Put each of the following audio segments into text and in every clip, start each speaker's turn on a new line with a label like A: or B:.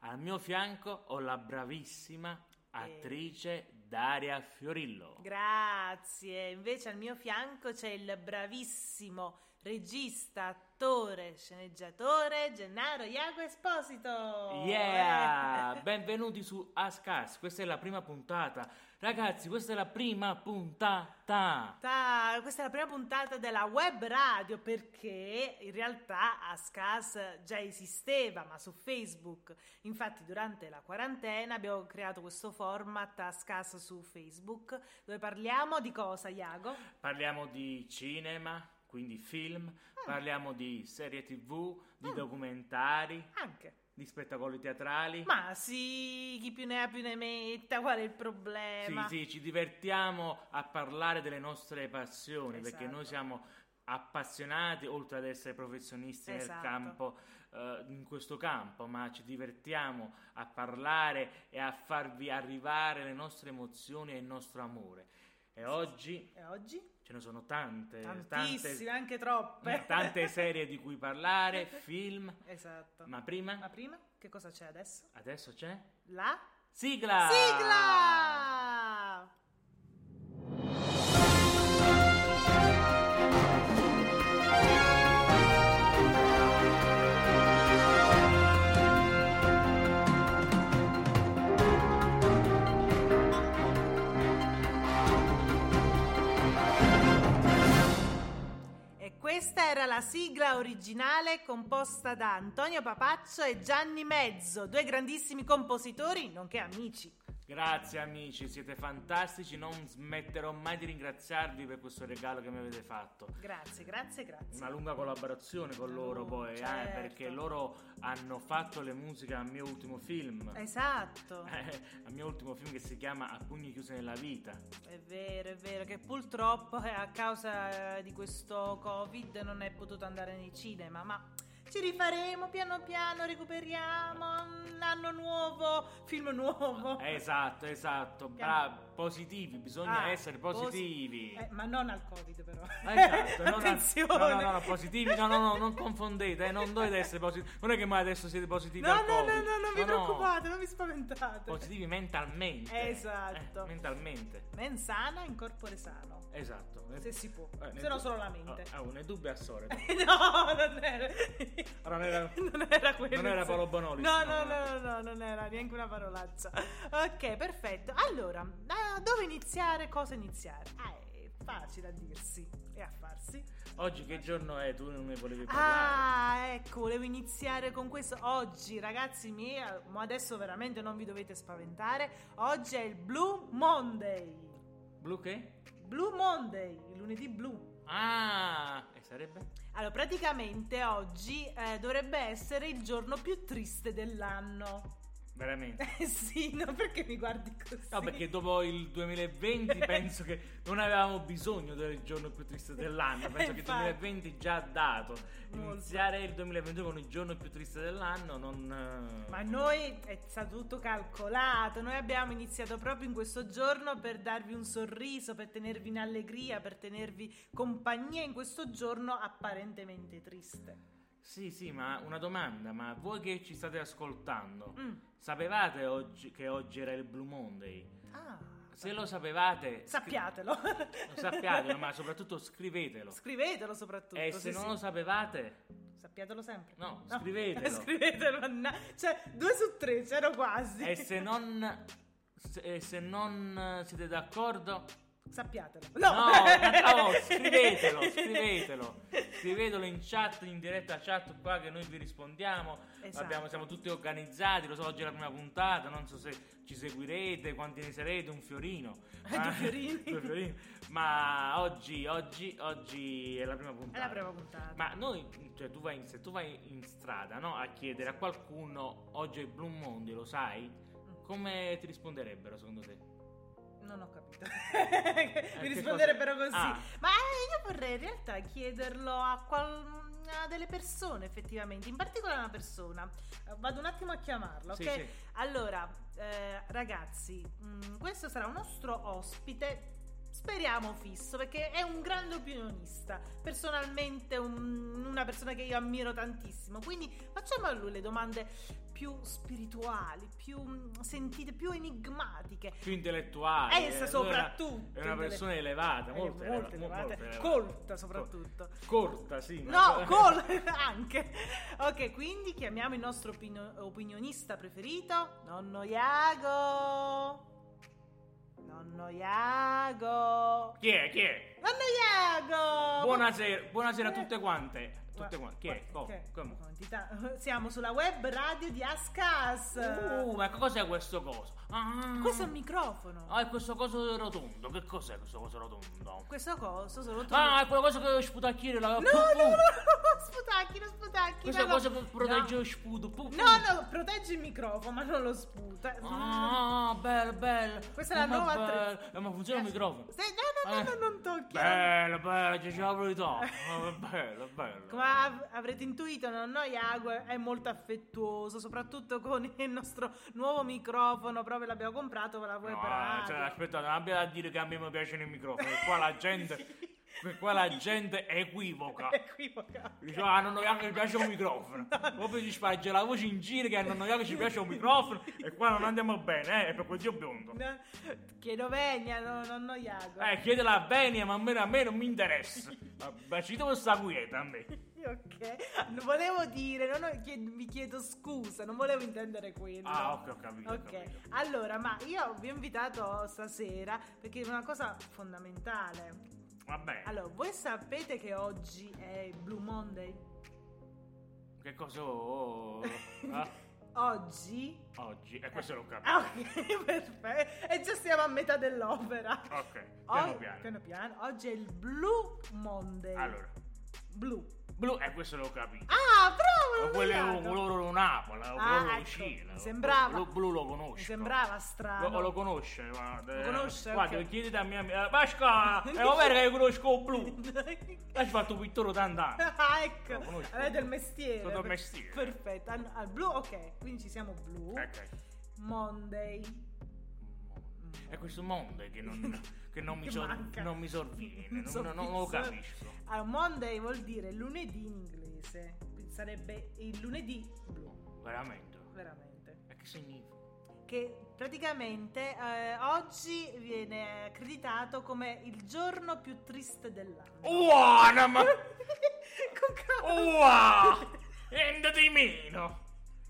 A: Al mio fianco ho la bravissima attrice Daria Fiorillo.
B: Grazie. Invece al mio fianco c'è il bravissimo regista, attore, sceneggiatore Gennaro Iago Esposito.
A: Yeah! Benvenuti su Ask Us. Questa è la prima puntata. Ragazzi, questa è la prima puntata.
B: Ta- Questa è la prima puntata della web radio perché in realtà Ascas già esisteva, ma su Facebook. Infatti, durante la quarantena abbiamo creato questo format Ascas su Facebook dove parliamo di cosa, Iago?
A: Parliamo di cinema, quindi film,
B: Ah.
A: parliamo di serie TV, di documentari,
B: Anche.
A: di spettacoli teatrali.
B: Ma sì, chi più ne ha più ne metta, qual è il problema?
A: Sì, sì, ci divertiamo a parlare delle nostre passioni, perché noi
B: Esatto.
A: siamo appassionati, oltre ad essere professionisti nel
B: Esatto.
A: campo, eh, in questo campo, ma ci divertiamo a parlare e a farvi arrivare le nostre emozioni e il nostro amore. E oggi
B: E oggi?
A: ce ne sono Eh, tante,
B: Tantissime,
A: tante,
B: anche troppe.
A: tante serie di cui parlare, film,
B: Esatto.
A: ma prima,
B: Ma prima, che cosa c'è adesso?
A: adesso c'è
B: La
A: sigla!
B: sigla! E Questa era la sigla originale composta da Antonio Papaccio e Gianni Mezzo, due grandissimi compositori, nonché amici.
A: Grazie amici, siete fantastici, non smetterò mai di ringraziarvi per questo regalo che mi avete fatto.
B: Grazie, grazie, grazie.
A: Una lunga collaborazione con loro poi, eh,
B: certo.
A: perché loro hanno fatto le musiche al mio ultimo film.
B: Esatto,
A: Eh, al mio ultimo film che si chiama A pugni chiusi nella vita.
B: è vero, è vero, che purtroppo eh, a causa eh, di questo Covid non è potuto andare nei cinema, ma ci rifaremo piano piano, recuperiamo un anno nuovo, film nuovo.
A: Esatto, esatto,
B: Piano.
A: bra- positivi, bisogna
B: Ah,
A: essere
B: posi-
A: positivi.
B: Eh, ma non al Covid però.
A: Ah, Esatto, non
B: Attenzione.
A: No, no, no, no, positivi, no, no, no, non confondete, eh, non dovete essere positivi. Non è che mai adesso siete positivi
B: No,
A: al
B: no, no,
A: Covid.
B: no, non vi preoccupate, non vi spaventate.
A: positivi mentalmente.
B: Esatto.
A: Eh, mentalmente.
B: Mens sana in corpore sano.
A: Esatto.
B: Se si può,
A: Eh, ne
B: se no
A: dub-
B: solo la mente.
A: Ah, ah, ne dubbio a solito.
B: No, non era.
A: Allora, Ah, non era-
B: Non era quello.
A: non era
B: il-
A: Paolo Bonolis,
B: No,
A: no,
B: no,
A: no.
B: no, no, no, non era neanche una parolaccia. Ok, perfetto. Allora, da dove iniziare? Cosa iniziare? Ah, è facile a dirsi e a farsi.
A: Oggi che giorno è? Tu non ne volevi parlare.
B: Ah, ecco, volevo iniziare con questo. Oggi, ragazzi miei, ma adesso veramente non vi dovete spaventare. Oggi è il Blue Monday.
A: Blu che?
B: Blue Monday, il lunedì blu.
A: Ah, e sarebbe?
B: Allora, praticamente oggi eh, dovrebbe essere il giorno più triste dell'anno.
A: Veramente.
B: Eh sì, no, perché mi guardi così?
A: No, perché dopo il 2020 penso che non avevamo bisogno del giorno più triste dell'anno. Penso che il
B: Infatti.
A: 2020 già ha dato.
B: Molto.
A: Iniziare il 2021 con il giorno più triste dell'anno non. eh,
B: Ma noi è stato tutto calcolato, noi abbiamo iniziato proprio in questo giorno per darvi un sorriso, per tenervi in allegria, per tenervi compagnia in questo giorno apparentemente triste.
A: Sì, sì, ma una domanda, ma voi che ci state ascoltando,
B: Mm.
A: sapevate oggi che oggi era il Blue Monday?
B: Ah,
A: Se lo sapevate,
B: Sappiatelo.
A: lo sappiatelo, ma soprattutto scrivetelo.
B: Scrivetelo soprattutto.
A: E
B: sì,
A: se non
B: sì.
A: lo sapevate,
B: Sappiatelo sempre.
A: No, scrivetelo.
B: scrivetelo. anna- Cioè, due su tre, c'ero quasi.
A: e se non, se- e se non eh, siete d'accordo,
B: Sappiatelo. No,
A: No, ma- oh, scrivetelo, scrivetelo, scrivetelo in chat, in diretta chat qua che noi vi rispondiamo.
B: Esatto.
A: Abbiamo- siamo tutti organizzati, lo so, oggi è la prima puntata, non so se ci seguirete, quanti ne sarete, un fiorino.
B: Eh,
A: Ma-
B: due fiorini.
A: due fiorini. Ma oggi, oggi, oggi è la prima puntata.
B: È la prima puntata.
A: Ma noi, cioè, tu vai in, se tu vai in strada no, a chiedere a qualcuno oggi è Blue Monday, lo sai?
B: Mm.
A: Come ti risponderebbero secondo te?
B: Non ho capito.
A: che
B: Mi risponderebbero
A: cosa-
B: così.
A: Ah.
B: Ma eh, io vorrei in realtà chiederlo a, qual- a delle persone effettivamente, in particolare una persona. Eh, Vado un attimo a chiamarla, ok?
A: Sì, sì.
B: Allora, eh, ragazzi, mh, questo sarà un nostro ospite. Speriamo fisso perché è un grande opinionista, personalmente un- una persona che io ammiro tantissimo, quindi facciamo a lui le domande più spirituali, più mh, sentite, più enigmatiche.
A: più intellettuale.
B: Essa
A: Lui
B: Eh, soprattutto
A: È una persona elevata,
B: Eh,
A: molto, eleva-
B: molto elevata.
A: molto elevata.
B: Colta soprattutto.
A: Corta, sì. ma-
B: No, col anche. Ok, quindi chiamiamo il nostro opinio- opinionista preferito, nonno Iago. Nonno Iago.
A: Chi è? Chi è?
B: Nonno Iago.
A: Buonasera, buonasera a
B: Eh.
A: tutte quante. Tutte quante. Chi è?
B: Gua-
A: Co-
B: che-
A: Oh, come?
B: quantità. Siamo sulla web radio di Ascas.
A: Uh, ma cos'è questo coso? Ah,
B: Questo è un microfono.
A: ah, è questo coso rotondo. Che cos'è questo coso rotondo?
B: Questo coso sono tu.
A: Ah, è quella cosa che sputacchiere la.
B: No, no, no, no, sputacchino, sputacchino.
A: Questa è
B: no.
A: cosa che protegge
B: No.
A: lo sputo. Pu- pu-
B: No, no, protegge il microfono, ma non lo sputa.
A: Ah, bello, bello.
B: Questa è la
A: Ma
B: nuova
A: bello.
B: attrezz-
A: Eh, Ma funziona il microfono?
B: Se- no,
A: Eh.
B: no, no, no, non tocchi.
A: Bello, bello, ci siamo verità. Bello, bello.
B: Come av- avrete intuito, nonno Iago è molto affettuoso, soprattutto con il nostro nuovo microfono, proprio l'abbiamo comprato per la web
A: No,
B: radio.
A: cioè, aspettate, non abbiate a dire che a me mi piacciono i microfoni. che Qua la gente, che qua la gente è equivoca.
B: Equivoca.
A: Dice, ah, non vogliamo che ci piace un microfono. Proprio ci sparge la voce in giro che non vogliamo che ci piace un microfono. E qua non andiamo bene, eh, è per quel zio biondo.
B: No, Chiedo vegna, no, nonno Iago.
A: Eh, chiedela a Benia, ma a me, a me non mi interessa. Ma ci devo stare quieta a me.
B: Ok, non volevo dire, non ho- chied- mi chiedo scusa, non volevo intendere quello.
A: Ah, ok, ho capito, ho
B: Ok,
A: capito.
B: allora, ma io vi ho invitato stasera perché è una cosa fondamentale.
A: Va bene.
B: Allora, voi sapete che oggi è Blue Monday?
A: Che cosa ho ah,
B: Oggi?
A: oggi? E questo l'ho capito.
B: Ah, ok, perfetto. E già siamo a metà dell'opera.
A: Ok, piano
B: O-
A: piano.
B: piano piano. Oggi è il Blue Monday.
A: Allora,
B: Blu.
A: blu, e questo l'ho capito.
B: Ah, bravo!
A: Ma quello è un
B: Leonardo.
A: colore Napoli, un
B: Ah,
A: colore
B: ecco,
A: Cina.
B: mi sembrava.
A: Lo blu lo
B: Mi
A: conosce.
B: sembrava strano.
A: Lo, lo conosce, guarda.
B: Ah, Lo conosce,
A: Guarda,
B: ok.
A: chiedete a mia amica. eh, Pasqua, è vero che io conosco il blu. Hai fatto pittore tant'anni.
B: Ah, ecco,
A: Lo conosco.
B: allora è del mestiere.
A: Sono del mestiere.
B: Perfetto. Al, al blu, ok. Quindi ci siamo blu.
A: Ok.
B: Monday.
A: È questo mondo che non, che non mi,
B: Che
A: sor-
B: manca.
A: non mi sorviene, non,
B: so
A: non- non lo
B: chi so-
A: capisco.
B: Allora, Monday vuol dire lunedì in inglese. Quindi sarebbe il lunedì blu,
A: Veramente.
B: veramente.
A: E che significa?
B: Che praticamente eh, oggi viene accreditato come il giorno più triste dell'anno.
A: Buona, ma...
B: Con cosa?
A: Uah! Niente di meno!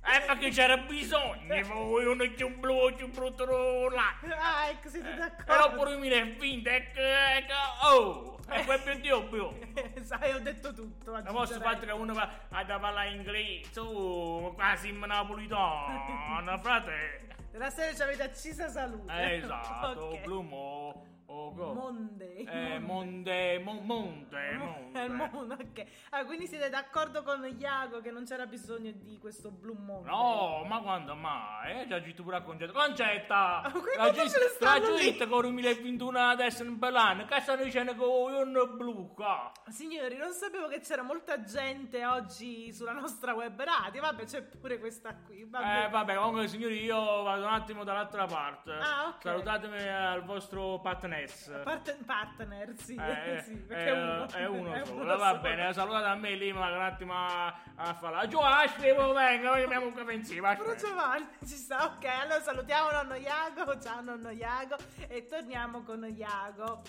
A: Eh, ma che c'era bisogno,
B: Eh.
A: voi uno più blu, più brutto là.
B: Ah, ecco, siete
A: Eh, Però
B: d'accordo.
A: pure mi è finta, ecco, ecco, oh! E poi più Dio più.
B: Sai, ho detto tutto.
A: La vostra
B: aggiungerei.
A: fatto che uno va a parlare inglese, oh, quasi in napolitano, frate.
B: La sera ci avete accisa salute.
A: Eh, esatto,
B: Ok.
A: plumo, oh, go.
B: Monday.
A: Eh, monte, mon- monte, monte.
B: È il mondo, ok. Ah, quindi siete d'accordo con Iago che non c'era bisogno di questo Blue Monday?
A: No, ma quando mai? Eh, già giù pure a concetto. Concetta!
B: Ma quei
A: La
B: quanti ce ne
A: giusta la
B: stanno lì?
A: giusta con il 2021 adesso in Belano. Che stanno dicendo che io non è blu qua?
B: Signori, non sapevo che c'era molta gente oggi sulla nostra web radio. Vabbè, c'è pure questa qui. Vabbè.
A: Eh, vabbè, comunque signori, io vado un attimo dall'altra parte.
B: Ah, ok.
A: Salutatemi al vostro partners.
B: Part- partner, sì,
A: Eh,
B: sì,
A: eh,
B: perché è uno.
A: eh, è uno solo. sola, va bene, salutate a me lì, ma un attimo a, a farla. Giù, Ashley, oh, venga, noi abbiamo un caffè insieme.
B: Però
A: Ashley.
B: Giovanni ci sta, ok. Allora salutiamo nonno Iago. Ciao nonno Iago e torniamo con Iago.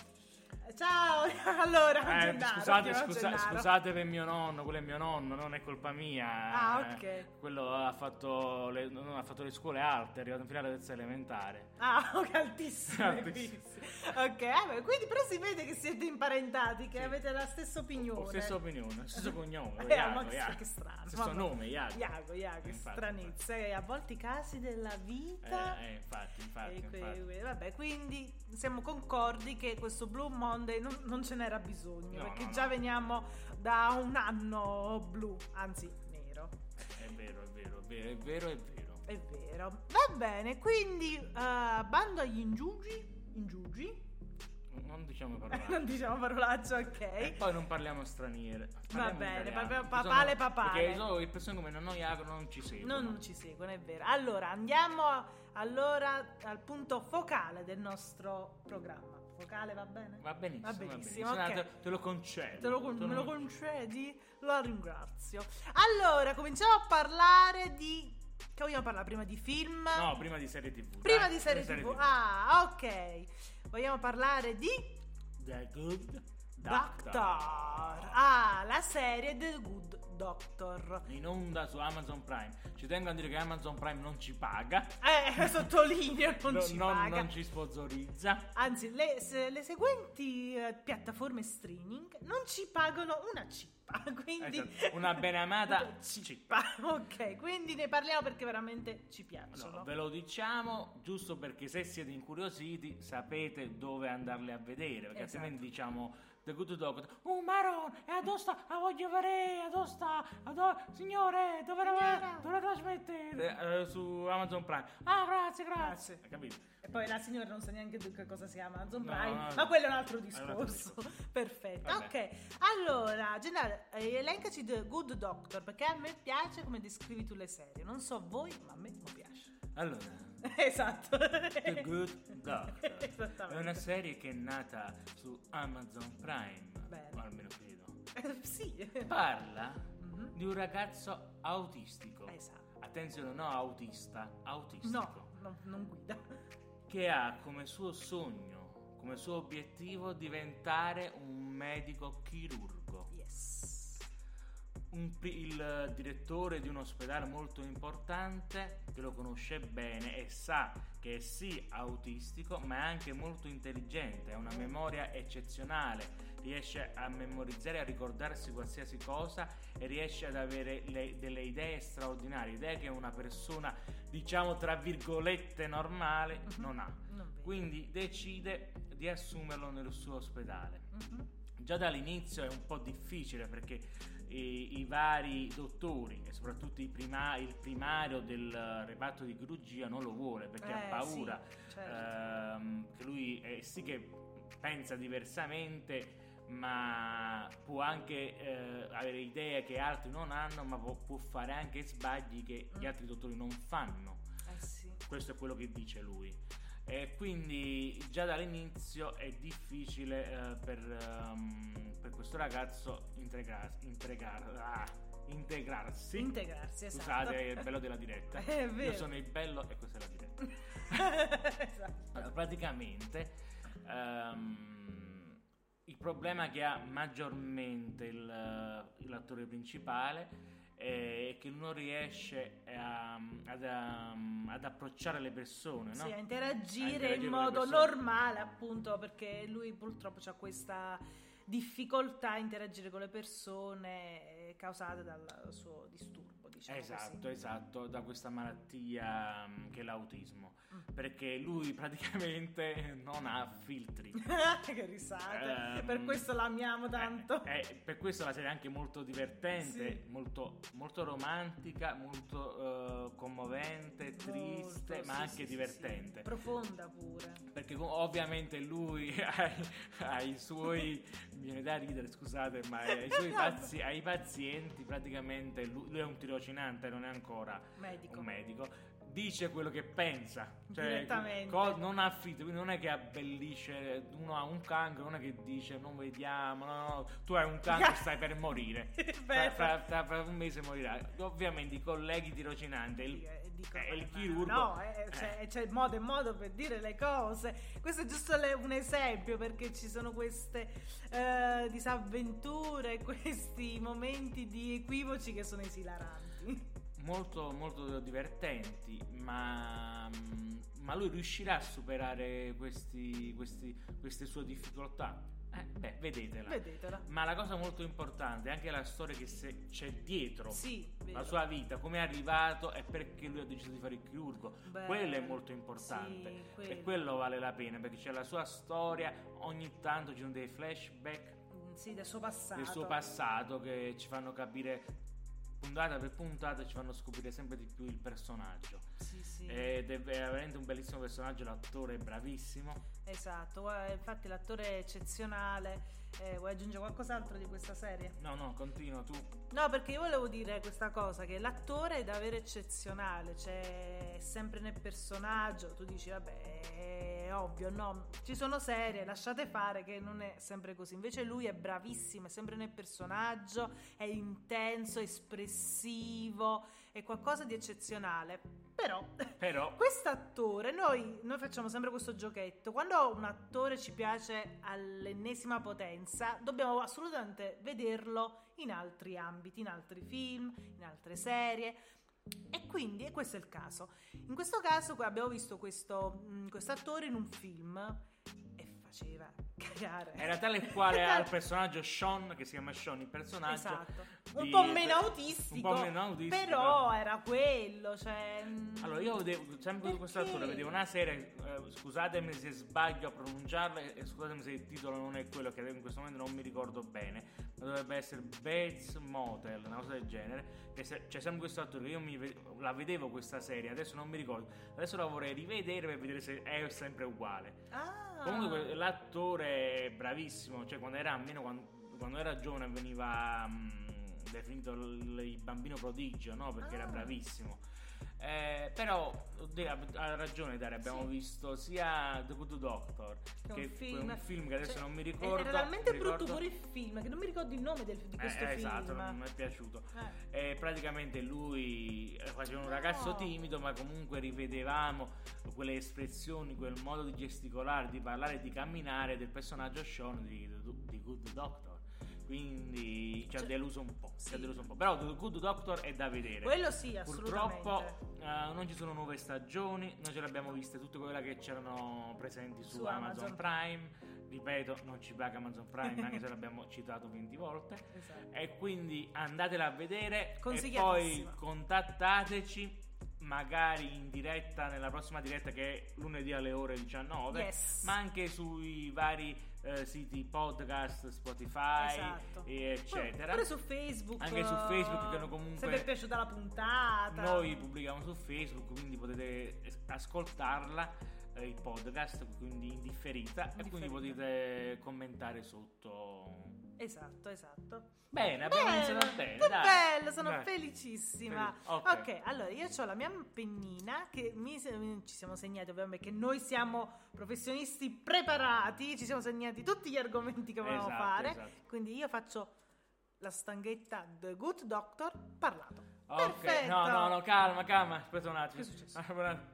B: Ciao, allora,
A: Eh,
B: Gennaro,
A: scusate,
B: prima
A: scusa-
B: Gennaro.
A: scusate per mio nonno, quello è mio nonno, non è colpa mia. eh.
B: Ah, ok.
A: Quello ha fatto le, non ha fatto le scuole alte, è arrivato in finale terza elementare.
B: Ah, ok, altissimo.
A: Altissime.
B: ok, eh, beh, quindi però si vede che siete imparentati, che avete la stessa opinione.
A: Ho stessa opinione, stesso cognome.
B: Eh,
A: Iago,
B: ma che-
A: Iago.
B: che strano.
A: Stesso
B: Vabbè.
A: nome, Iago.
B: Iago, Iago,
A: Infatti,
B: stranezza. E a volte i casi della vita.
A: Eh, eh, infatti, infatti,
B: E que-
A: infatti.
B: que- vabbè, quindi siamo concordi che questo Blue Monday non, non ce n'era bisogno,
A: No,
B: perché
A: no,
B: già
A: no.
B: veniamo da un anno blu, anzi nero.
A: È vero, è vero, è vero, è vero, è vero.
B: È vero. Va bene, quindi eh, bando agli ingiugi. Ingiugi?
A: Non diciamo
B: non
A: parolacce.
B: diciamo parolaccia,
A: E
B: ok.
A: Eh, poi non parliamo straniere. parliamo
B: bene,
A: italiano.
B: parliamo
A: Ci sono-
B: papale, papale.
A: Perché sono le persone come noi Iago non ci seguono.
B: Non, non ci seguono, è vero. Allora, andiamo a- allora al punto focale del nostro programma. Focale va bene?
A: Va benissimo,
B: Va benissimo,
A: va benissimo.
B: ok.
A: Te, te lo concedo.
B: Te lo con-
A: Te
B: me
A: lo-
B: lo concedi? Lo ringrazio. Allora, cominciamo a parlare di. Che vogliamo parlare prima di film?
A: No, prima di serie TV.
B: prima
A: dai,
B: di serie, TV. Ah, ok. Vogliamo parlare di
A: The Good
B: Doctor.
A: Doctor.
B: Ah, la serie The Good Doctor.
A: In onda su Amazon Prime. Ci tengo a dire che Amazon Prime non ci paga.
B: Eh, sottolineo, non
A: No,
B: ci paga.
A: non ci sponsorizza.
B: Anzi, le, se- le seguenti eh, piattaforme streaming non ci pagano una cippa, quindi
A: Esatto, una ben amata
B: cippa. Ok, quindi ne parliamo perché veramente ci piacciono.
A: No, ve lo diciamo giusto perché se siete incuriositi sapete dove andarle a vedere, perché
B: Esatto.
A: altrimenti diciamo The Good Doctor, un maron, e adosta, a voglio vedere, adosta, ado- signore, dove la,
B: Signora.
A: dove la trasmettete? Eh, su Amazon Prime. Ah, grazie, grazie.
B: Grazie.
A: Hai capito?
B: E poi la signora non sa neanche di che cosa sia Amazon
A: No,
B: Prime,
A: no, no.
B: ma quello è un altro
A: È un
B: discorso.
A: altro discorso.
B: Perfetto.
A: Vabbè.
B: Ok, allora, Gennaro, eh, elencaci The Good Doctor perché a me piace come descrivi tu le serie. Non so voi, ma a me non piace.
A: Allora,
B: esatto.
A: The Good Doctor è
B: Esattamente.
A: una serie che è nata su Amazon Prime,
B: Bene.
A: o almeno credo.
B: Eh, sì.
A: Parla mm-hmm, di un ragazzo autistico.
B: Esatto.
A: Attenzione, no autista, autistico.
B: No, no, non guida.
A: Che ha come suo sogno, come suo obiettivo diventare un medico chirurgo.
B: Yes.
A: Un pri- il eh, direttore di un ospedale molto importante che lo conosce bene e sa che è sì autistico ma è anche molto intelligente, ha una memoria eccezionale, riesce a memorizzare, a ricordarsi qualsiasi cosa e riesce ad avere le- delle idee straordinarie, idee che una persona diciamo tra virgolette normale non ha.
B: Non vedo.
A: Quindi decide di assumerlo nel suo ospedale. Già dall'inizio è un po' difficile perché eh, i, i vari dottori e soprattutto i prima- il primario del eh, reparto di chirurgia non lo vuole perché ha
B: Eh,
A: paura
B: sì, certo.
A: ehm, che lui eh, sì che pensa diversamente ma può anche eh, avere idee che altri non hanno ma può, può fare anche sbagli che
B: Mm.
A: gli altri dottori non fanno
B: Eh sì.
A: questo è quello che dice lui. E quindi già dall'inizio è difficile eh, per, ehm, per questo ragazzo integra- integrar- ah, integrarsi.
B: Integrarsi, esatto.
A: Scusate, è il bello della diretta.
B: È
A: Io
B: vero.
A: sono il bello e questa è la diretta.
B: esatto.
A: Allora, praticamente ehm, il problema che ha maggiormente il- l'attore principale è che non riesce a- ad, ehm, ad approcciare le persone, no?
B: Sì, a
A: A
B: interagire
A: interagire
B: in
A: con le
B: modo
A: persone.
B: normale, appunto, perché lui purtroppo ha questa difficoltà a interagire con le persone eh, causata dal suo disturbo, diciamo
A: Esatto,
B: così.
A: esatto, da questa malattia mm, che è l'autismo,
B: Mm.
A: perché lui praticamente non ha filtri.
B: che risate.
A: Ehm,
B: per questo l'amiamo
A: eh,
B: tanto.
A: eh, per questo la serie è anche molto divertente,
B: Esatto. Sì.
A: molto, molto romantica, molto eh, commovente, triste,
B: Molto,
A: ma
B: sì,
A: anche
B: sì, sì,
A: divertente.
B: sì. Profonda pure.
A: Perché co- ovviamente lui ha, ha i suoi. mi viene da ridere, scusate, ma ai suoi pazi- ai pazienti praticamente. Lui, lui è un tirocinante, non è ancora
B: Medico.
A: un medico. dice quello che pensa. Cioè,
B: Direttamente.
A: co- non ha filtri, quindi non è che abbellisce, uno ha un cancro, non è che dice non vediamo, no, no, tu hai un cancro, stai per morire. Fra, fra- fra- fra un mese morirai. Ovviamente i colleghi tirocinanti, il,
B: Eh, dico,
A: eh, il
B: ma- ma
A: chirurgo...
B: No, eh, c'è, c'è modo e modo per dire le cose. Questo è giusto le- un esempio perché ci sono queste eh, disavventure, questi momenti di equivoci che sono esilaranti.
A: molto, molto divertenti, ma, ma lui riuscirà a superare questi, questi- queste sue difficoltà? Eh, beh, vedetela.
B: Vedetela.
A: Ma la cosa molto importante è anche la storia che se- c'è dietro.
B: Sì, vero.
A: La sua vita, come è arrivato e perché lui ha deciso di fare il chirurgo.
B: Bello.
A: Quello è molto importante.
B: Sì, quello.
A: E quello vale la pena perché c'è la sua storia, ogni tanto ci sono dei flashback
B: Mm, Sì, del suo passato.
A: del suo passato che ci fanno capire puntata per puntata ci fanno scoprire sempre di più il personaggio
B: Sì, sì.
A: ed è veramente un bellissimo personaggio l'attore è bravissimo
B: Esatto, guarda, infatti l'attore è eccezionale. Eh, vuoi aggiungere qualcos'altro di questa serie?
A: no no continua tu
B: No, perché io volevo dire questa cosa, che l'attore è davvero eccezionale, cioè è sempre nel personaggio, tu dici vabbè è ovvio, no, ci sono serie, lasciate fare che non è sempre così, invece lui è bravissimo, è sempre nel personaggio, è intenso, espressivo, è qualcosa di eccezionale, però...
A: però
B: Quest'attore, noi, noi facciamo sempre questo giochetto, quando un attore ci piace all'ennesima potenza, dobbiamo assolutamente vederlo in altri ambiti, in altri film, in altre serie. E quindi, e questo è il caso, in questo caso qua abbiamo visto questo mh, attore in un film e faceva cagare.
A: era tale e quale al personaggio Sean che si chiama Sean il personaggio
B: Esatto.
A: di-
B: Un po' meno autistico,
A: un po' meno autistico
B: però era quello, cioè... mh,
A: Allora, io vedevo sempre con questo attore,
B: Perché?
A: vedevo una serie, eh, scusatemi se sbaglio a pronunciarla e e scusatemi se il titolo non è quello che in questo momento non mi ricordo bene, ma dovrebbe essere Bates Motel, una cosa del genere, che se- c'è sempre questo attore che io mi ve- la vedevo questa serie, adesso non mi ricordo, adesso la vorrei rivedere per vedere se è sempre uguale.
B: Ah,
A: Comunque que- l'attore è bravissimo, cioè quando era almeno quando, quando era giovane veniva mh, definito l- il bambino prodigio, no? Perché
B: Ah.
A: era bravissimo. Eh, però oddio, ha ha ragione Daria, abbiamo visto sia The Good Doctor
B: È
A: che
B: film-
A: un film che adesso
B: cioè,
A: non mi ricordo.
B: Era talmente
A: mi
B: brutto
A: ricordo-
B: pure il film che non mi ricordo il nome del- di
A: Eh,
B: questo
A: eh,
B: film.
A: esatto, non mi è piaciuto.
B: Eh.
A: Eh, praticamente lui eh, faceva un ragazzo timido, ma comunque rivedevamo quelle espressioni, quel modo di gesticolare, di parlare, di camminare del personaggio Sean di, di Good Doctor. Quindi
B: Cioè
A: ci ha deluso un po'. Ci ha deluso un po'. Però The Good Doctor è da vedere.
B: Quello sì, assolutamente.
A: Purtroppo eh, non ci sono nuove stagioni, noi ce le abbiamo viste tutte quelle che c'erano presenti su,
B: Su
A: Amazon,
B: Amazon.
A: Prime. Ripeto, non ci paga Amazon Prime, anche se l'abbiamo citato 20 volte.
B: Esatto.
A: E quindi andatela a vedere e poi
B: Consigliatissima.
A: contattateci magari in diretta nella prossima diretta che è lunedì alle ore 19
B: Yes.
A: ma anche sui vari eh, siti podcast Spotify
B: Esatto.
A: e eccetera
B: Pure su Facebook. eh,
A: anche su Facebook che hanno
B: Se vi è
A: comunque
B: piaciuta la puntata.
A: noi pubblichiamo su Facebook, quindi potete es- ascoltarla eh, il podcast, quindi in differita, e quindi
B: differita.
A: potete commentare sotto.
B: Esatto, esatto.
A: Bene, abbiamo iniziato bene.
B: che
A: dai.
B: bello, sono
A: Dai.
B: felicissima.
A: Fel- ok.
B: ok, allora io ho la mia pennina che mi se- ci siamo segnati ovviamente che noi siamo professionisti preparati, ci siamo segnati tutti gli argomenti che volevamo
A: Esatto,
B: fare,
A: esatto.
B: quindi io faccio la stanghetta The Good Doctor parlato.
A: Ok,
B: Perfetto.
A: no, no, no, calma, calma, aspetta un attimo.
B: Che è successo?
A: Allora, un attimo.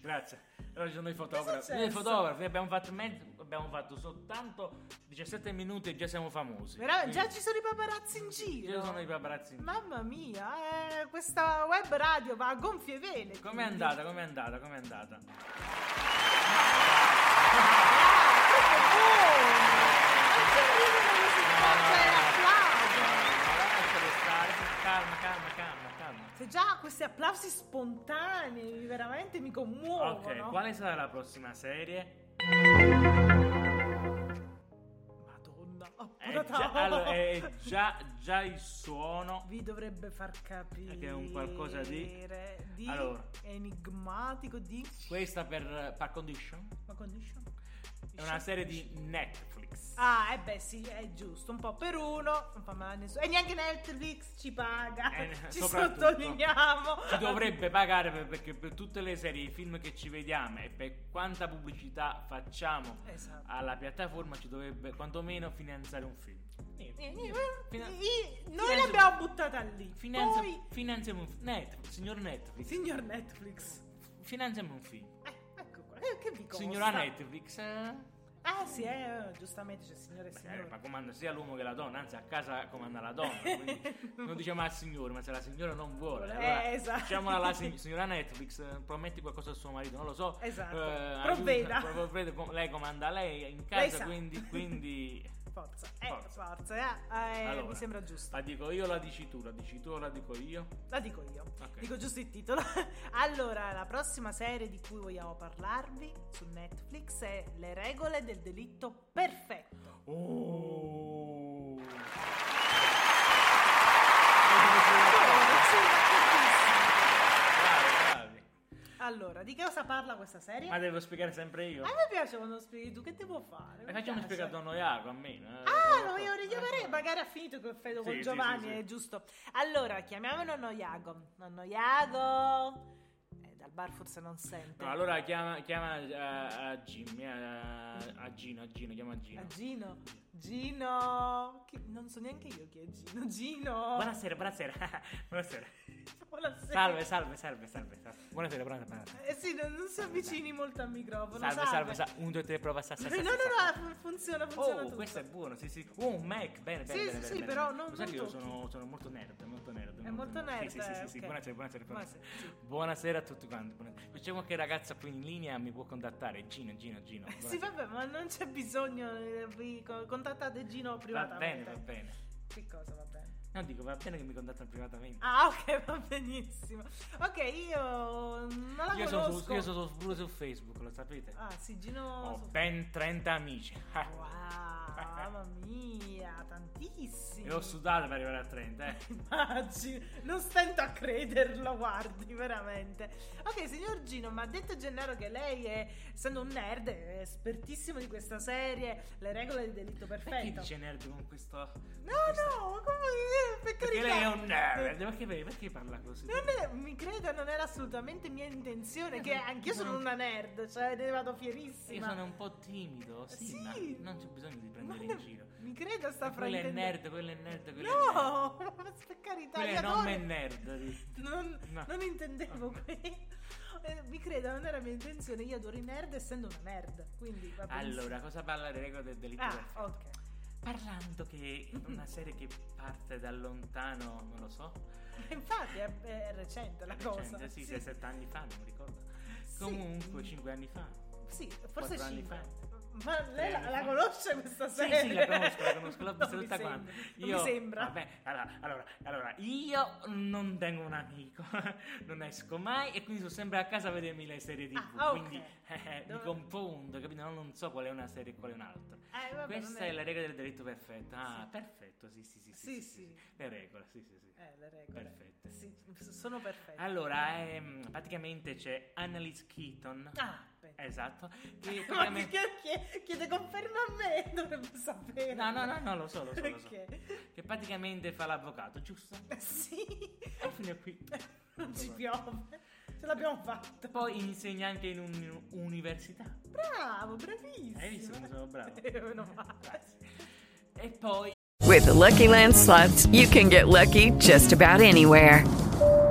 A: Grazie. Allora ci sono i fotografi.
B: successo?
A: Noi fotografi ne abbiamo fatto mezzo, abbiamo fatto soltanto 17 minuti e già siamo famosi.
B: Vera-
A: Quindi
B: già ci sono i paparazzi in giro.
A: io sono i paparazzi.
B: Mamma mia, eh, questa web radio va a gonfie vele.
A: Com'è
B: quindi.
A: andata? Com'è andata? Com'è andata? Lascialo stare, calma, calma, calma, calma.
B: Se Cioè, già questi applausi spontanei veramente mi commuovono.
A: Ok, quale sarà la prossima serie?
B: Madonna, ho
A: È già, Eh,
B: pure tavolo.
A: cioè, allora, eh, è già, già il suono.
B: Vi dovrebbe far capire
A: Che è un qualcosa di-
B: di
A: Allora.
B: enigmatico di
A: Questa per eh, Par Condition
B: ma condition.
A: è una serie di Netflix.
B: Ah, e beh sì, è giusto, un po' per uno, non fa male a nessuno. E neanche Netflix ci paga,
A: Eh,
B: ci
A: soprattutto.
B: sottolineiamo.
A: Ci dovrebbe pagare per- perché per tutte le serie, i film che ci vediamo e per quanta pubblicità facciamo
B: Esatto.
A: alla piattaforma ci dovrebbe quantomeno finanziare un film. Niente.
B: Eh, eh,
A: Fina-
B: eh, Noi
A: finanzia-
B: l'abbiamo buttata lì.
A: Finanzia-
B: Poi,
A: finanziamo un film. Netflix, signor Netflix.
B: signor Netflix,
A: Finanziamo un film.
B: eh, ecco qua, eh, che vi costa?
A: Signora Netflix. eh,
B: Ah sì, eh, giustamente c'è signore e
A: eh,
B: signore.
A: ma comanda sia l'uomo che la donna, anzi a casa comanda la donna, quindi non diciamo al signore, ma se la signora non vuole,
B: Eh,
A: allora
B: esatto.
A: diciamola alla sig- signora Netflix, eh, prometti qualcosa a suo marito, non lo so,
B: Esatto.
A: eh,
B: Provveda.
A: aiuta, pro- provveda, com- lei comanda a lei in
B: Lei
A: casa,
B: sa.
A: quindi, quindi
B: Forza, eh,
A: Forza.
B: forza, eh, eh,
A: allora,
B: mi sembra giusto.
A: La dico io, o la dici tu, la dici tu, o la dico io.
B: La dico io,
A: Ok.
B: dico giusto il titolo. allora, la prossima serie di cui vogliamo parlarvi su Netflix è Le regole del delitto perfetto.
A: Oh. Bravi, bravi.
B: Allora, di che cosa parla questa serie?
A: Ma devo spiegare sempre io?
B: A me piace quando spieghi tu, che devo fare?
A: E
B: Mi
A: Eh, facciamo
B: piace.
A: spiegare a Don Oiaco, a me. no?
B: Ah, lo
A: Eh,
B: voglio richiamare,
A: eh,
B: magari ha finito col fedo
A: Sì,
B: con
A: sì, sì,
B: Giovanni,
A: sì.
B: è giusto. Allora, chiamiamolo Nonno Iago. Nonno Iago. Eh, dal bar forse non sente.
A: No, allora chiama, chiama eh, a Jimmy, a, a Gino, a Gino, chiama Gino.
B: Ah, Gino. Gino. Chi- Non so neanche io chi è Gino. Gino.
A: Buonasera, buonasera, buonasera.
B: Buonasera.
A: Salve, salve, salve, salve. salve. Buonasera, buonasera, buonasera.
B: Eh sì, non, non si avvicini molto al microfono.
A: Salve, salve, salve. Un, due, tre, prova, sa, sa, sa, sa,
B: No,
A: sa.
B: no, no, funziona, funziona
A: Oh,
B: tutto.
A: questo è buono, sì, sì. Oh, un Mac, bene, bene,
B: Sì,
A: bene.
B: sì,
A: bene,
B: sì,
A: bene.
B: però non-
A: Lo sai
B: non
A: che io
B: tocchi.
A: sono, sono molto nerd, molto nerd.
B: È molto nerd,
A: Sì, sì, sì,
B: eh,
A: sì,
B: ok.
A: buonasera, buonasera, buonasera.
B: Buonasera.
A: Buonasera a tutti quanti. buonasera. C'è qualche ragazza qui in linea mi può contattare, Gino, Gino, Gino.
B: Sì,
A: buonasera.
B: vabbè, ma non c'è bisogno. eh, vi co- Contattate Gino
A: Va
B: privatamente.
A: bene, va bene.
B: Che cosa va bene?
A: No, dico, va bene che mi contattano privatamente.
B: Ah, ok, va benissimo. Ok, io non la
A: io, sono
B: conosco.
A: su, Oh, io sono pure su Facebook, lo sapete?
B: Ah, sì, Gino.
A: Ho
B: su-
A: ben 30 amici. Ah,
B: Wow, mamma mia, tantissimi.
A: e ho sudato per arrivare a 30, eh.
B: Immagino, non stento a crederlo, guardi, veramente. Ok, signor Gino, ma ha detto Gennaro che lei è, essendo un nerd, è espertissimo di questa serie, le regole di delitto
A: Perché
B: perfetto.
A: dice nerd con questo...
B: No, no, ma come eh, per
A: Perché
B: carità.
A: lei è un nerd. Perché, perché parla così?
B: Non è- mi creda, non era assolutamente mia intenzione, che anch'io sono una nerd, cioè ne vado fierissima.
A: Eh, Io sono un po' timido, sì,
B: Sì.
A: ma non c'è bisogno di
B: Ma
A: prendere
B: no,
A: in giro.
B: Mi creda sta
A: Quello è
B: fraintendendo.
A: nerd, quello è nerd, quello è nerd.
B: No, ma per carità,
A: Quello
B: io
A: è non è
B: adoro-
A: nerd. di-
B: non,
A: No.
B: non intendevo questo. Eh, mi creda, non era mia intenzione, io adoro i nerd essendo una nerd, quindi va benissimo.
A: Allora, cosa parla di regola del delitto?
B: Ah,
A: perfetto?
B: ok.
A: Parlando che una serie che parte da lontano, non lo so,
B: Infatti è, è recente la cosa.
A: Recente, sì, sì,
B: sì,
A: sette anni fa, non mi ricordo.
B: Sì.
A: Comunque, cinque anni fa.
B: sì, forse
A: quattro anni
B: 5.
A: fa.
B: Ma lei la,
A: anni
B: la
A: fa.
B: conosce questa
A: Sì,
B: serie?
A: sì, la conosco, la conosco, l'ho
B: Non
A: vista
B: mi
A: tutta
B: sembra,
A: quanta.
B: non
A: Io-
B: mi sembra.
A: Vabbè, allora, allora, allora, io non tengo un amico, non esco mai e quindi sono sempre a casa a vedermi le serie TV.
B: Ah, ok.
A: Quindi eh, mi
B: Dove-
A: confondo, capito? Non, non so qual è una serie e qual è un'altra.
B: Eh, vabbè,
A: Questa
B: non
A: è...
B: è-
A: la regola del diritto perfetto. Ah, perfetto, sì, sì, sì, sì,
B: Sì,
A: sì,
B: sì.
A: sì. Le regole, sì, sì, sì.
B: Eh, le regole.
A: Perfette.
B: Sì, sono perfette.
A: Allora, ehm, praticamente c'è Annalise Keaton.
B: Ah, bene.
A: Esatto. Che
B: Ma che,
A: praticamente...
B: che- chiede conferma a me, dovrebbe sapere.
A: No, no, no, no, lo so, lo so, lo so.
B: Perché? Eh,
A: Che praticamente fa l'avvocato, giusto?
B: Sì,
A: E fino a qui.
B: non ci piove. Ce l'abbiamo fatta.
A: Poi insegna anche in un'università.
B: Bravo, bravissimo.
A: Hai visto come sono bravo?
B: Eh, meno male.
A: E poi
C: With the Lucky Land slots, you can get lucky just about anywhere.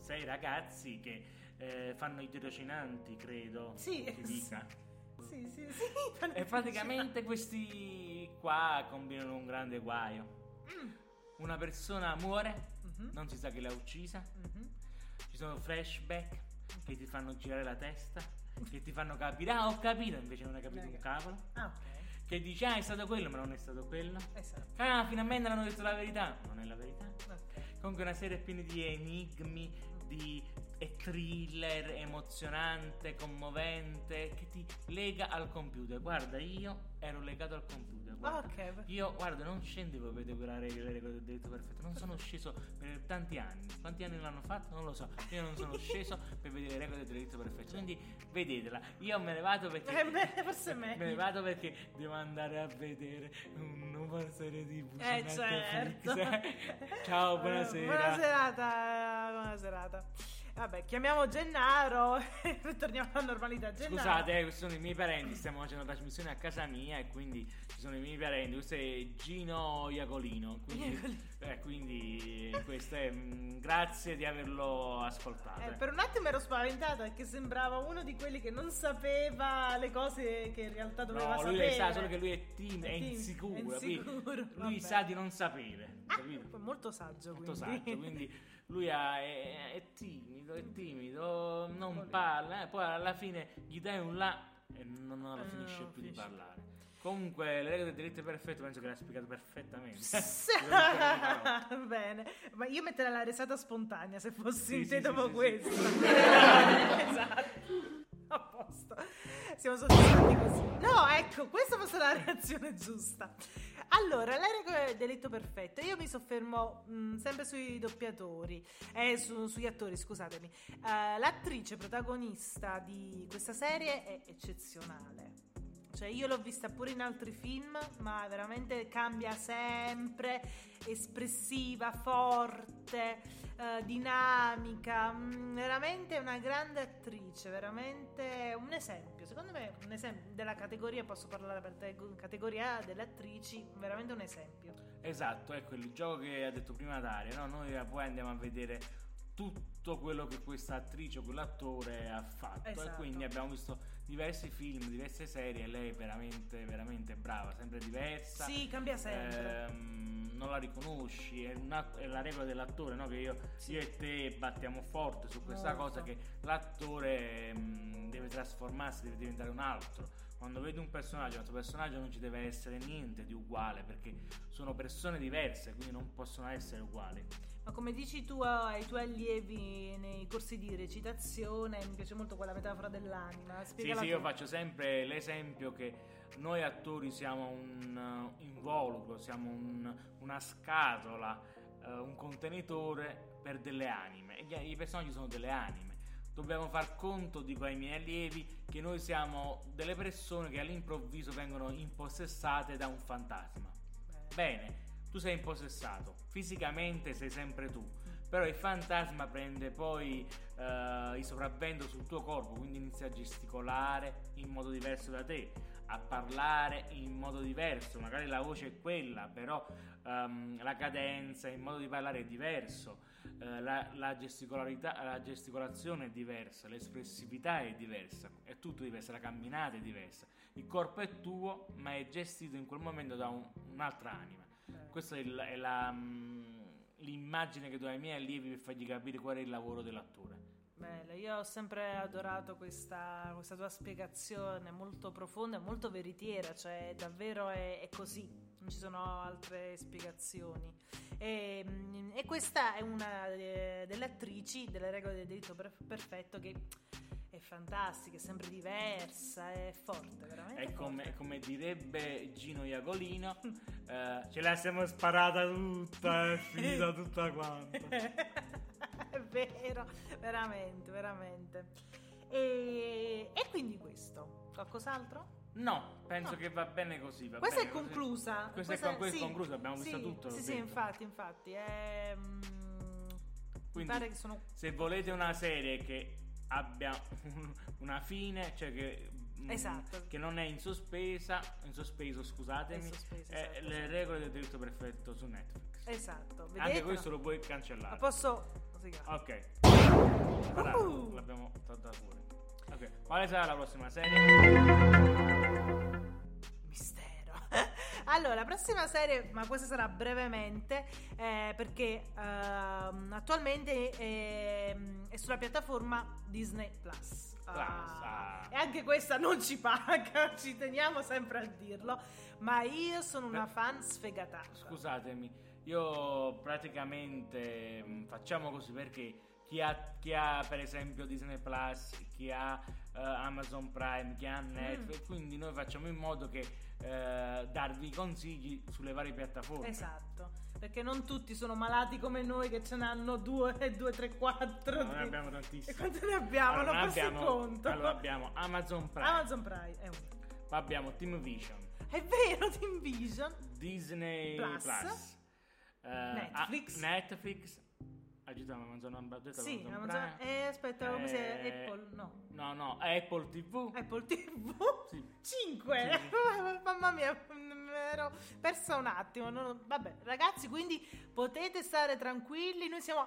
A: 6 ragazzi che eh, fanno i tirocinanti, credo.
B: Sì.
A: si dica.
B: Sì, sì, sì.
A: E praticamente questi qua combinano un grande guaio. Una persona muore, non si sa chi l'ha uccisa. Ci sono flashback che ti fanno girare la testa, che ti fanno capire, ah ho capito, invece non hai capito un cavolo.
B: Ah, ok.
A: che dici ah è stato quello ma non è stato quello
B: Esatto.
A: ah finalmente hanno detto la verità non è la verità comunque una serie piena di enigmi di e thriller emozionante commovente che ti lega al computer guarda io ero legato al computer guarda.
B: Ah, Ok, beh.
A: io guarda non scendevo per decorare le regole del diritto perfetto non sono sceso per tanti anni quanti anni l'hanno fatto non lo so io non sono sceso per vedere le regole del diritto perfetto quindi vedetela io me ne vado perché
B: Cioè. Eh, beh, forse è
A: Me ne
B: meglio.
A: vado perché devo andare a vedere una nuova serie di
B: Eh, certo.
A: Ciao,
B: Eh,
A: buonasera.
B: Buona serata, buona serata. Vabbè, chiamiamo Gennaro e torniamo alla normalità. Gennaro.
A: Scusate, eh, questi sono i miei parenti, stiamo facendo la trasmissione a casa mia e quindi ci sono i miei parenti. Questo è Gino Iacolino. Quindi, eh, quindi eh, questo è, mm, grazie di averlo ascoltato.
B: Eh, per un attimo ero spaventata perché sembrava uno di quelli che non sapeva le cose che in realtà doveva
A: No, lui
B: sapere.
A: sa solo che lui è team, è
B: Tim-
A: insicuro.
B: è
A: quindi
B: insicuro,
A: lui
B: vabbè. Ah,
A: sa di non sapere, capito?
B: Molto saggio,
A: molto
B: quindi.
A: saggio, quindi lui ha- è, è timido, è timido, non parla, eh, poi alla fine gli dai un là e non, non
B: Eh,
A: finisce
B: non
A: più
B: finisce.
A: di parlare. Comunque, le regole del diritto è perfetto, penso che l'ha spiegato perfettamente.
B: Bene, ma io metterei la resata spontanea se fossi
A: Sì,
B: in
A: sì,
B: te
A: sì,
B: dopo
A: sì,
B: questo. esatto. A posto. Siamo soddisfatti così. No, ecco, questa fosse la reazione giusta. Allora, la regola del delitto perfetto. Io mi soffermo mh, sempre sui doppiatori, eh, su- sugli attori, scusatemi. Eh, l'attrice protagonista di questa serie è eccezionale. Cioè, io l'ho vista pure in altri film, ma veramente cambia sempre, espressiva, forte, eh, dinamica, mm, veramente una grande attrice, veramente un esempio, secondo me un esempio della categoria, posso parlare per te, categoria delle attrici, veramente un esempio.
A: Esatto, ecco il gioco che ha detto prima Daria, no? noi poi andiamo a vedere tutto quello che questa attrice o quell'attore ha fatto e
B: Esatto.
A: quindi abbiamo visto diversi film, diverse serie, lei è veramente, veramente brava, sempre diversa.
B: Sì, cambia sempre.
A: Ehm, non la riconosci, è, una- è la regola dell'attore, no? che io, io e te battiamo forte su questa
B: Molto.
A: cosa che l'attore mm, deve trasformarsi, deve diventare un altro. Quando vedi un personaggio, un altro personaggio non ci deve essere niente di uguale perché sono persone diverse, quindi non possono essere uguali.
B: Ma come dici tu eh, ai tuoi allievi nei corsi di recitazione, mi piace molto quella metafora dell'anima.
A: Sì,
B: Spiegala
A: sì, io
B: tu.
A: faccio sempre l'esempio che noi attori siamo un eh, involucro, siamo un- una scatola, eh, un contenitore per delle anime. E gli- I personaggi sono delle anime. Dobbiamo far conto, dico ai miei allievi, che noi siamo delle persone che all'improvviso vengono impossessate da un fantasma. Bene, tu sei impossessato, fisicamente sei sempre tu, però il fantasma prende poi eh, il sopravvento sul tuo corpo, quindi inizia a gesticolare in modo diverso da te, a parlare in modo diverso, magari la voce è quella, però ehm, la cadenza, il modo di parlare è diverso, eh, la, la gesticolarità, la gesticolazione è diversa, l'espressività è diversa, è tutto diverso, la camminata è diversa, il corpo è tuo ma è gestito in quel momento da un- un'altra anima. Questa è, il- è la, mm, l'immagine che do ai miei allievi per fargli capire qual è il lavoro dell'attore.
B: Bello, io ho sempre adorato questa, questa tua spiegazione molto profonda e molto veritiera, cioè davvero è, è così, non ci sono altre spiegazioni. E, mm, e questa è una eh, delle attrici delle regole del diritto per- perfetto che è fantastica, è sempre diversa, è forte, veramente.
A: È come,
B: forte.
A: è come direbbe Gino Iacolino, eh, ce la siamo sparata tutta, è finita tutta quanta.
B: è vero, veramente, veramente. E, e quindi questo, qualcos'altro?
A: No, penso
B: No.
A: che va bene così. va
B: Questa è
A: bene così.
B: conclusa.
A: Questa, è, con- questa è
B: sì.
A: conclusa, abbiamo
B: Sì,
A: visto tutto. l'ho
B: Sì, sì,
A: detto.
B: infatti, infatti. È, mm, mi
A: Quindi-
B: pare che sono.
A: Se volete una serie che abbia una fine, cioè che, mm,
B: Esatto.
A: che non è in sospesa, in sospeso, scusatemi,
B: È in sospeso,
A: eh, le
B: esatto, esatto.
A: regole del diritto perfetto su Netflix.
B: Esatto, vedete?
A: Anche questo lo Ah, puoi
B: Ma
A: cancellare.
B: posso. sì, grazie.
A: Ok. Guardate,
B: Uh.
A: l'abbiamo tolta pure. Ok, quale sarà la prossima serie?
B: Mistero. Allora, la prossima serie, ma questa sarà brevemente, eh, perché ehm, attualmente è, mm, è sulla piattaforma Disney Plus. Ah, e anche questa non ci paga, ci teniamo sempre a dirlo. Ma io sono una fan sfegatata.
A: Scusatemi, io praticamente mh, facciamo così perché chi ha, chi ha, per esempio Disney Plus, chi ha eh, Amazon Prime, chi ha
B: Mm.
A: Netflix, quindi noi facciamo in modo che eh, darvi consigli sulle varie piattaforme.
B: Esatto. Perché non tutti sono malati come noi che ce n'hanno due, due, tre, quattro.
A: No, noi
B: di-
A: abbiamo tantissimi.
B: E quanti ne abbiamo?
A: Allora,
B: non
A: noi
B: passi
A: abbiamo-
B: conto.
A: Allora abbiamo Amazon Prime,
B: Amazon Prime è uno.
A: poi abbiamo Team Vision,
B: È vero, Team Vision.
A: Disney
B: Plus.
A: Plus, eh, a-
B: Netflix.
A: Netflix. Aggiungiamo Amazon, abbiamo detto
B: Sì,
A: Amazon
B: Amazon.
A: Prime.
B: Eh, aspetta, come si chiama?
A: Eh,
B: Apple? No.
A: No, no, Apple TV.
B: Apple TV?
A: Sì.
B: 5
A: Sì.
B: mamma mia mi ero persa un attimo non- vabbè ragazzi quindi potete stare tranquilli noi siamo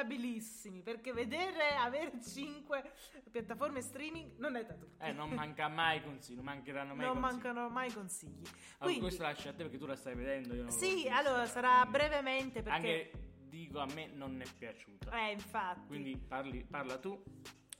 B: affidabilissimi perché vedere avere 5 piattaforme streaming non è da tutti
A: Eh, non manca mai consigli, non mancheranno mai
B: non
A: consigli.
B: mancano mai consigli
A: Allora,
B: quindi
A: questo lascia a te perché tu la stai vedendo. Io non
B: sì
A: l'ho
B: allora
A: vista,
B: sarà
A: quindi-
B: brevemente perché
A: Anche dico a me non è piaciuta.
B: eh infatti
A: Quindi parli- parla tu.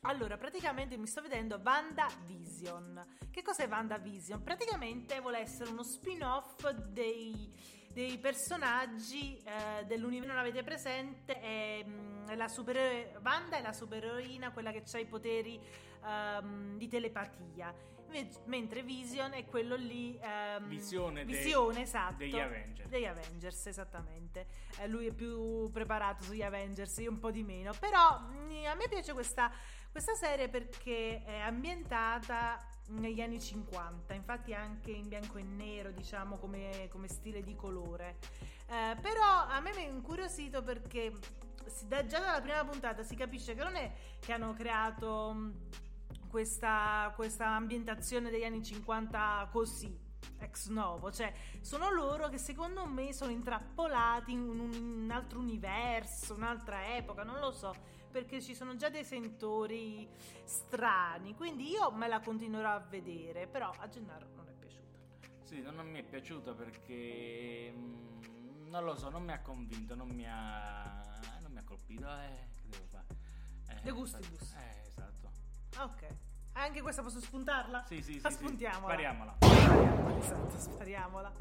B: Allora, praticamente mi sto vedendo VandaVision. Che cos'è VandaVision? Praticamente vuole essere uno spin-off dei, dei personaggi eh, dell'universo. Non avete presente? È, mm, è la super- Wanda è la supereroina, quella che ha i poteri ehm, di telepatia. Me- Mentre Vision è quello lì. ehm,
A: Visione dei-
B: Visione, esatto.
A: degli Avengers.
B: Degli Avengers, esattamente. Eh, lui è più preparato sugli Avengers, io un po' di meno. Però mm, a me piace questa, questa serie perché è ambientata negli anni 50, infatti anche in bianco e nero, diciamo, come, come stile di colore. Eh, però a me mi è incuriosito perché si- da- già dalla prima puntata si capisce che non è che hanno creato... mm, questa, questa ambientazione degli anni 50 così ex novo, cioè sono loro che secondo me sono intrappolati in un, un altro universo, un'altra epoca, non lo so, perché ci sono già dei sentori strani, quindi io me la continuerò a vedere, però a Gennaro non è piaciuta.
A: Sì, no, non mi è piaciuta perché mm, non lo so, non mi ha convinto, non mi ha, non mi ha colpito. Eh, che devo fare? Eh,
B: De gustibus.
A: Eh, esatto.
B: Ah, Ok, anche questa posso spuntarla?
A: Sì, sì, sì.
B: La
A: sì.
B: spuntiamola.
A: Spariamola.
B: Esatto, spariamola.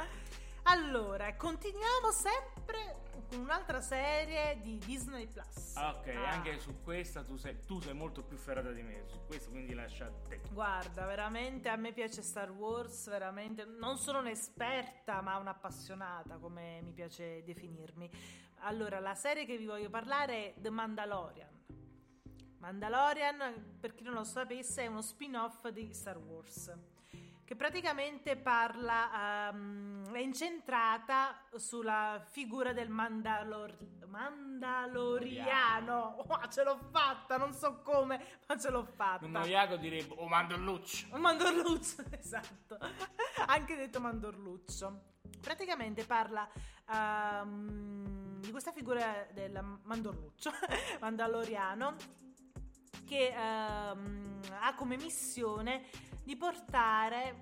B: Allora, continuiamo sempre con un'altra serie di Disney Plus.
A: Ok,
B: Ah,
A: anche su questa tu sei, tu sei molto più ferrata di me. Su questo quindi lascia a te.
B: Guarda, veramente a me piace Star Wars, veramente non sono un'esperta, ma un'appassionata, come mi piace definirmi. Allora, la serie che vi voglio parlare è The Mandalorian. Mandalorian, per chi non lo sapesse, è uno spin-off di Star Wars che praticamente parla, ehm, è incentrata sulla figura del Mandalor- Mandaloriano. Oh, ce l'ho fatta, non so come, ma ce l'ho fatta.
A: Un noiaco direbbe, oh mandolluccio.
B: Un mandorluccio, esatto. Anche detto mandorluccio. Praticamente parla ehm, di questa figura del mandorluccio mandaloriano che ehm, ha come missione di portare.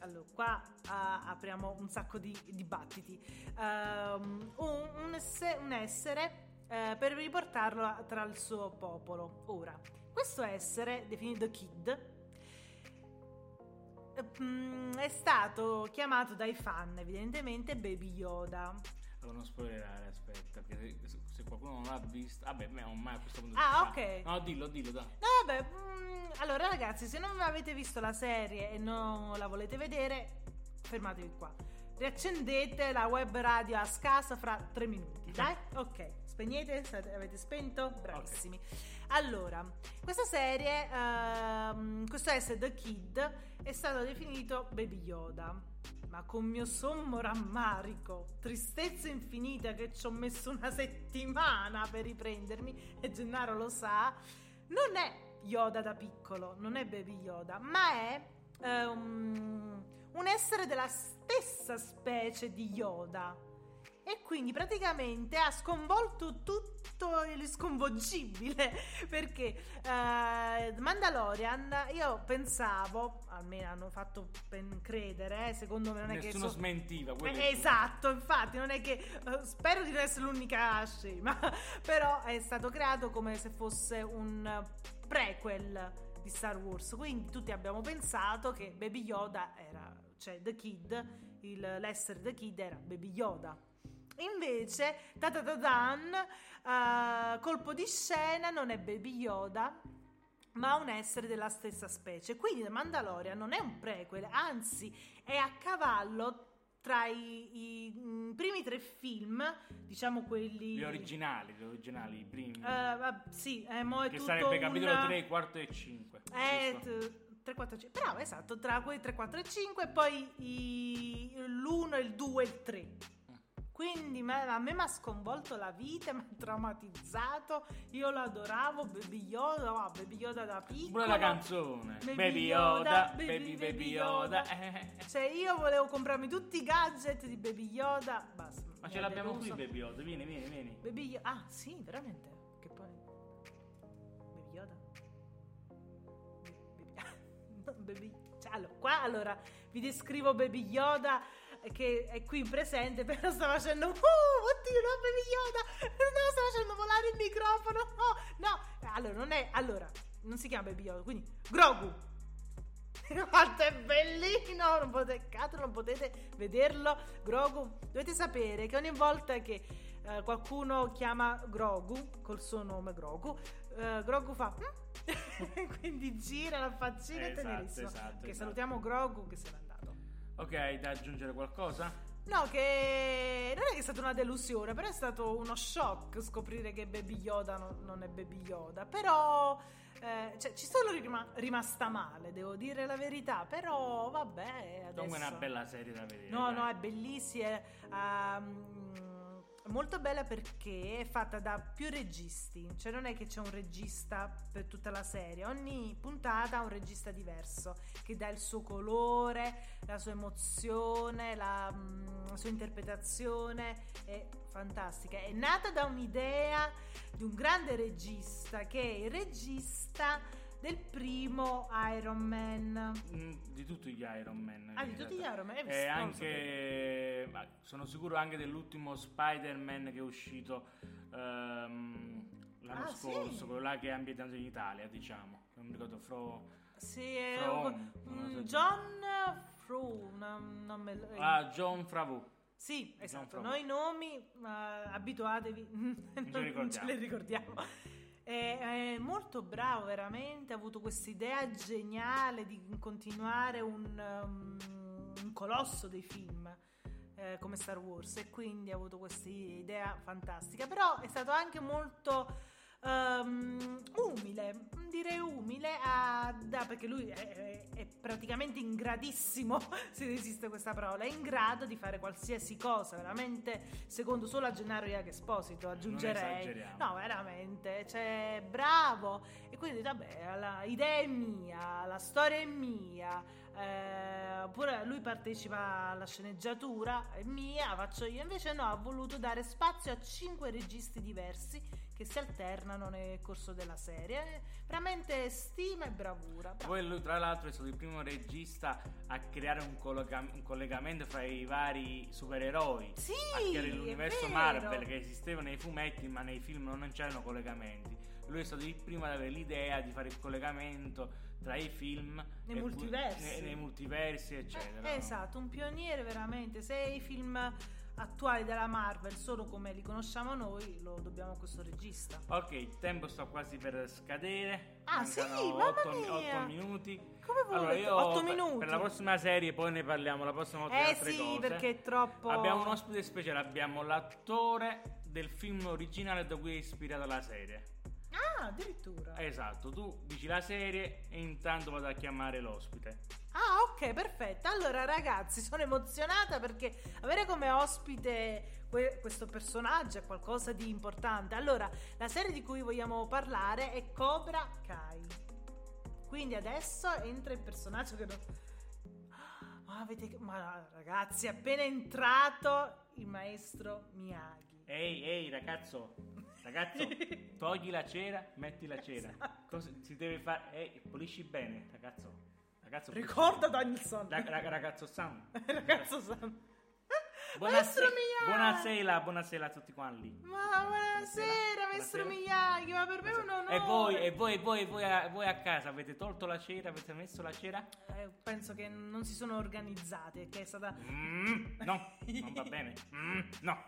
B: Allora, qua ah, apriamo un sacco di dibattiti. Ehm, un, un esse- un essere eh, per riportarlo a- tra il suo popolo. Ora, questo essere, definito Kid, Mm, è stato chiamato dai fan evidentemente Baby Yoda.
A: Devo non spoilerare, aspetta. Che se, se qualcuno non l'ha vista. ah, Vabbè, me ormai a questo punto.
B: Ah,
A: si
B: ok.
A: sa. No, dillo, dillo, dai.
B: No, vabbè, mm, allora ragazzi, se non avete visto la serie e non la volete vedere, fermatevi qua. Riaccendete la web radio a scasa fra tre minuti, dai? Ok, spegnete, state- avete spento? Bravissimi. Allora, questa serie, ehm, questo essere The Kid è stato definito Baby Yoda. Ma con mio sommo rammarico, tristezza infinita che ci ho messo una settimana per riprendermi, e Gennaro lo sa, non è Yoda da piccolo, non è Baby Yoda, ma è ehm, un essere della stessa specie di Yoda. E e quindi praticamente ha sconvolto tutto il sconvolgibile perché eh, Mandalorian io pensavo, almeno hanno fatto ben credere, eh, secondo me non è che...
A: Nessuno smentiva quello.
B: Eh, esatto, infatti non è che... eh, spero di non essere l'unica scema, però è stato creato come se fosse un prequel di Star Wars, quindi tutti abbiamo pensato che Baby Yoda era... cioè The Kid, il, l'essere The Kid era Baby Yoda. Invece, ta ta ta dan, eh, colpo di scena, non è Baby Yoda, ma un essere della stessa specie. Quindi The Mandalorian non è un prequel, anzi è a cavallo tra i, i, mm, primi tre film, diciamo quelli...
A: Gli originali, gli originali, i primi.
B: Eh, vabb- sì, eh, mo è
A: che
B: tutto
A: sarebbe
B: un-
A: capitolo 3, quarto e 5.
B: eh, t- 3, 4, 5. Bravo, esatto, tra quei 3, 4 e 5 e poi i- l'1, il 2 e il 3. Quindi ma- a me mi ha sconvolto la vita, mi ha traumatizzato. Io lo adoravo, Baby Yoda, wow, Baby Yoda da piccolo.
A: Pure la canzone.
B: Baby
A: Baby
B: Yoda,
A: Yoda,
B: Baby
A: Baby Baby
B: Yoda.
A: Yoda. Eh, eh.
B: Cioè io volevo comprarmi tutti i gadget di Baby Yoda, basta.
A: Ma
B: mi
A: ce
B: ha
A: l'abbiamo qui
B: deluso.
A: Baby Yoda, vieni, vieni, vieni.
B: Baby Yoda. Ah, sì, veramente. Che poi. Baby Yoda. Baby. Baby... Cioè, allora, qua allora vi descrivo Baby Yoda eh, che è qui presente, però sta facendo. Uh, oddio, no, Baby Yoda! No, sta facendo volare il microfono! No, no! Allora, non è. Allora, non si chiama Baby Yoda, quindi. Grogu! Quanto è bellino! Non potete, cazzo, non potete vederlo. Grogu, dovete sapere che ogni volta che eh, qualcuno chiama Grogu col suo nome Grogu, eh, Grogu fa. "Mm?" Quindi gira la faccina e
A: Esatto,
B: tenerissima.
A: esatto,
B: che
A: esatto.
B: salutiamo Grogu che se n'è andato.
A: Ok, hai da aggiungere qualcosa?
B: No, che non è che è stata una delusione, però è stato uno shock scoprire che Baby Yoda no- non è Baby Yoda. Però eh, cioè, ci sono rima- rimasta male, devo dire la verità. Però vabbè. Adesso...
A: Comunque è una bella serie da vedere.
B: No,
A: dai.
B: no, è bellissima. È, ehm, molto bella perché è fatta da più registi. Cioè, non è che c'è un regista per tutta la serie. Ogni puntata ha un regista diverso che dà il suo colore, la sua emozione, la, mm, la sua interpretazione. È fantastica. È nata da un'idea di un grande regista che è il regista del primo Iron Man.
A: Mm, Di tutti gli Iron Man.
B: Ah,
A: in
B: di
A: realtà.
B: tutti gli Iron Man, eh,
A: E
B: non lo
A: anche. ma sono sicuro anche dell'ultimo Spider-Man che è uscito ehm, l'anno
B: Ah,
A: scorso,
B: sì?
A: quello là che è ambientato in Italia, diciamo. Non mi ricordo, Fro.
B: Sì, è
A: From,
B: un- mm,
A: non lo so.
B: John Fru, no, non me lo...
A: Ah, John Favreau.
B: sì, esatto,
A: From.
B: noi nomi eh, abituatevi, non, non ce
A: ricordiamo.
B: li ricordiamo. È, è molto bravo, veramente, ha avuto questa idea geniale di continuare un, um, un colosso dei film. eh, come Star Wars e quindi ha avuto questa idea fantastica però è stato anche molto ehm, umile, direi umile, a- da- perché lui è, è- è praticamente in gradissimo, se esiste questa parola, è in grado di fare qualsiasi cosa, veramente secondo solo a Gennaro Iac Esposito, aggiungerei.
A: esageriamo.
B: No, veramente, cioè, bravo. E quindi, vabbè, la idea è mia, la storia è mia, eh, oppure lui partecipa alla sceneggiatura, è mia, faccio io. Invece no, ha voluto dare spazio a cinque registi diversi che si alternano nel corso della serie. Veramente stima e bravura. Bra-
A: Poi lui, tra l'altro, è stato il primo regista a creare un, colloga- un collegamento fra i vari supereroi.
B: Sì,
A: Anche
B: è
A: l'universo
B: vero.
A: Marvel che esisteva nei fumetti, ma nei film non c'erano collegamenti. Lui è stato il primo ad avere l'idea di fare il collegamento tra i film
B: Nei
A: e pu-
B: multiversi.
A: nei, nei multiversi, eccetera.
B: Eh, esatto, un pioniere veramente. Se i film attuali della Marvel sono come li conosciamo noi, lo dobbiamo a questo regista.
A: Ok, il tempo sta quasi per scadere.
B: Ah,
A: Mancano
B: sì? Mamma
A: otto-
B: mia!
A: otto minuti.
B: Come avevo
A: Allora,
B: detto?
A: io
B: Otto
A: per-
B: minuti.
A: Per la prossima serie poi ne parliamo la prossima volta. di
B: Eh
A: altre
B: sì,
A: cose.
B: perché è troppo-
A: Abbiamo un ospite speciale, abbiamo l'attore del film originale da cui è ispirata la serie.
B: Ah, addirittura.
A: Esatto, tu dici la serie e intanto vado a chiamare l'ospite.
B: Ah, ok, perfetto. Allora, ragazzi, sono emozionata perché avere come ospite que- questo personaggio è qualcosa di importante. Allora, la serie di cui vogliamo parlare è Cobra Kai. Quindi adesso entra il personaggio che non... Ma avete. Ma ragazzi, appena entrato il maestro Miyagi.
A: Ehi, ehi, ragazzo, ragazzo, togli la cera, metti la cera.
B: Esatto.
A: Cosa si deve fare? Ehi, pulisci bene, ragazzo. Ragazzo, pulisci
B: Ricorda
A: bene.
B: Danielson.
A: Ra- ra- ragazzo Sam.
B: Ragazzo Sam. Maestro
A: Buonasera,
B: Miyagi.
A: buonasera, buonasera a tutti quanti.
B: Ma buonasera, maestro Miyagi, ma per me è un onore.
A: E voi, e voi, e voi, e voi a, voi a casa avete tolto la cera, avete messo la cera?
B: Eh, penso che non si sono organizzate, che è stata
A: Mm, no, non va bene. Mm, no.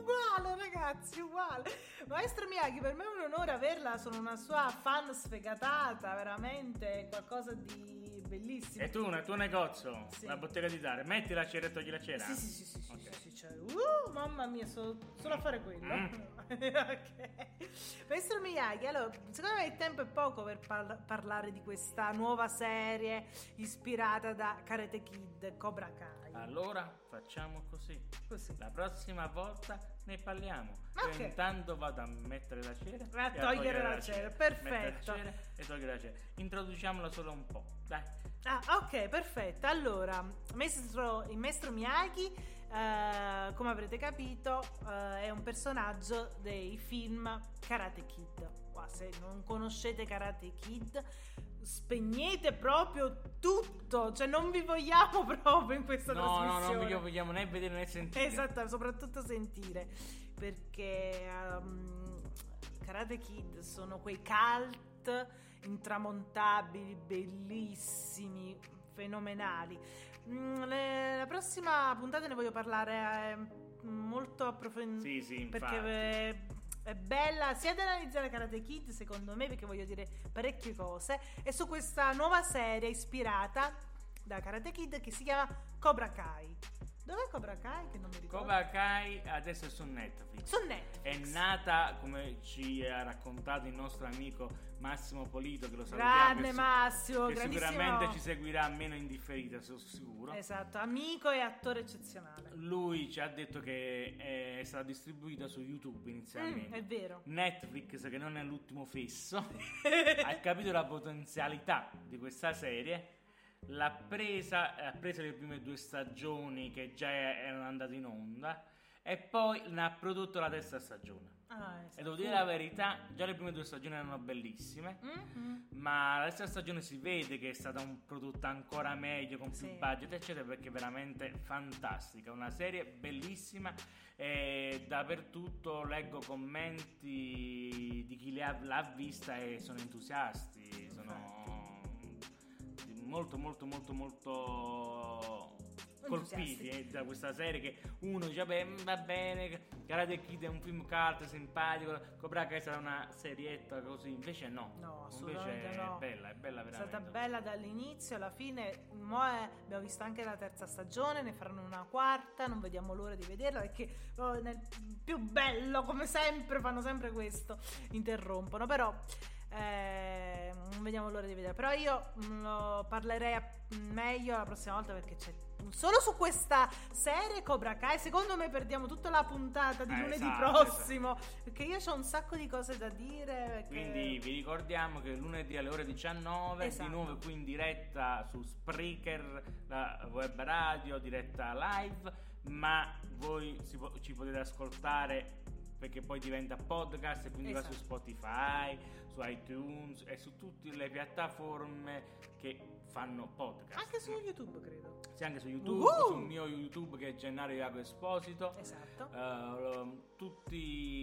B: uguale, ragazzi, uguale. Maestro Miyagi, per me è un onore averla, sono una sua fan sfegatata, veramente qualcosa di bellissimo.
A: E tu, nel tuo negozio,
B: Sì.
A: la bottega di Dare, metti la cera e togli la cera.
B: Sì, sì, sì, sì, sì, sì, sì, cioè, uh, mamma mia, so- solo a fare quello.
A: Mm.
B: ok. Maestro Miyagi, allora, secondo me il tempo è poco per par- parlare di questa nuova serie ispirata da Karate Kid, Cobra Kai.
A: Allora facciamo così.
B: Così.
A: La prossima volta ne parliamo.
B: Ma
A: Io
B: ok.
A: intanto vado a mettere la cera.
B: E a togliere la cera,
A: Mettere la
B: perfetto.
A: cera e togliere la cera. Introduciamola solo un po'. Dai.
B: Ah, ok, perfetto. Allora, maestro- il maestro Miyagi, eh, come avrete capito, eh, è un personaggio dei film Karate Kid. Qua, se non conoscete Karate Kid, spegnete proprio tutto, cioè non vi vogliamo proprio in questa
A: No, no,
B: trasmissione.
A: no, non vogliamo né vedere né sentire.
B: Esatto, soprattutto sentire, perché um, Karate Kid sono quei cult intramontabili, bellissimi, fenomenali. Mm, le- la prossima puntata ne voglio parlare eh, molto approfondita.
A: Sì, sì,
B: perché
A: infatti.
B: eh, è bella sia da analizzare Karate Kid, secondo me, perché voglio dire parecchie cose, e su questa nuova serie ispirata da Karate Kid che si chiama Cobra Kai. Dov'è Cobra Kai? Che non mi ricordo.
A: Cobra Kai adesso è su Netflix.
B: Su Netflix.
A: È nata, come ci ha raccontato il nostro amico Massimo Polito, che lo salutiamo.
B: Grande
A: che su-
B: Massimo,
A: che
B: grandissimo.
A: sicuramente ci seguirà meno in differita, sono sicuro.
B: Esatto, amico e attore eccezionale.
A: Lui ci ha detto che è stata distribuita su YouTube
B: Mm,
A: inizialmente.
B: è vero.
A: Netflix, che non è l'ultimo fesso, ha capito la potenzialità di questa serie. L'ha presa, ha preso le prime due stagioni che già erano andate in onda e poi ne ha prodotto la terza stagione.
B: Ah, esatto.
A: E devo dire la verità, già le prime due stagioni erano bellissime, ma la terza stagione si vede che è stata un prodotta ancora meglio, con più
B: Sì.
A: budget, eccetera, perché è veramente fantastica. Una serie bellissima e dappertutto leggo commenti di chi le ha- l'ha vista e sono entusiasti, sono molto molto molto molto colpiti eh, da questa serie che uno dice vabbè mm, va bene Karate Kid è un film cult simpatico Cobra Kai sarà una serietta così invece no
B: No,
A: invece
B: assolutamente
A: è
B: no.
A: bella è bella veramente
B: È stata bella dall'inizio alla fine. Mo è- abbiamo visto anche la terza stagione, ne faranno una quarta, non vediamo l'ora di vederla perché oh, nel più bello, come sempre, fanno sempre questo, interrompono, però eh, non vediamo l'ora di vederla. Però io mm, lo parlerei a- mm, meglio la prossima volta perché c'è solo su questa serie Cobra Kai, secondo me perdiamo tutta la puntata di
A: Eh,
B: lunedì
A: esatto,
B: prossimo, perché io ho un sacco di cose da dire. perché-
A: quindi vi ricordiamo che lunedì alle ore 19
B: Eh. Esatto.
A: di nuovo qui in diretta su Spreaker la web radio diretta live ma voi si po- ci potete ascoltare perché poi diventa podcast e quindi va
B: Esatto.
A: su Spotify, su iTunes e su tutte le piattaforme che fanno podcast.
B: Anche su YouTube, credo.
A: Sì, anche su YouTube,
B: Uhu!
A: sul mio YouTube che è Gennaro Iago Esposito.
B: Esatto.
A: Eh, lo- tutti